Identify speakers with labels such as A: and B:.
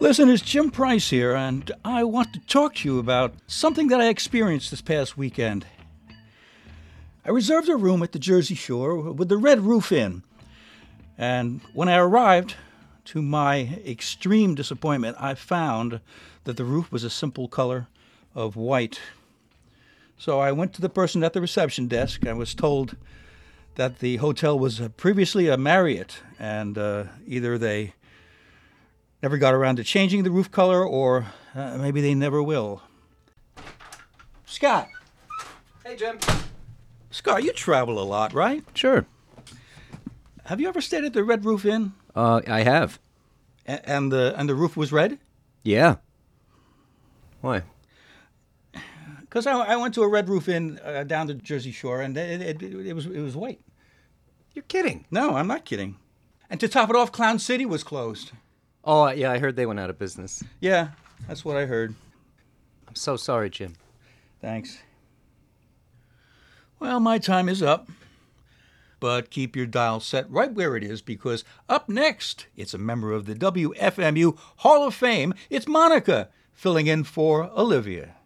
A: Listen, it's Jim Price here, and I want to talk to you about something that I experienced this past weekend. I reserved a room at the Jersey Shore with the Red Roof Inn, and when I arrived, to my extreme disappointment, I found that the roof was a simple color of white. So I went to the person at the reception desk and was told that the hotel was previously a Marriott, and uh, either they never got around to changing the roof color, or uh, maybe they never will. Scott,
B: Hey, Jim.
A: Scott, you travel a lot, right?
B: Sure.
A: Have you ever stayed at the Red Roof Inn
B: Uh, I have.
A: a- and the and the roof was red?
B: Yeah. Why?
A: Because I, I went to a Red Roof Inn uh, down the Jersey Shore, and it, it, it was it was white.
B: You're kidding.
A: No, I'm not kidding. And to top it off, Clown City was closed.
B: Oh, yeah, I heard they went out of business.
A: Yeah, that's what I heard.
B: I'm so sorry, Jim.
A: Thanks. Well, my time is up. But keep your dial set right where it is because up next, it's a member of the WFMU Hall of Fame. It's Monica filling in for Olivia.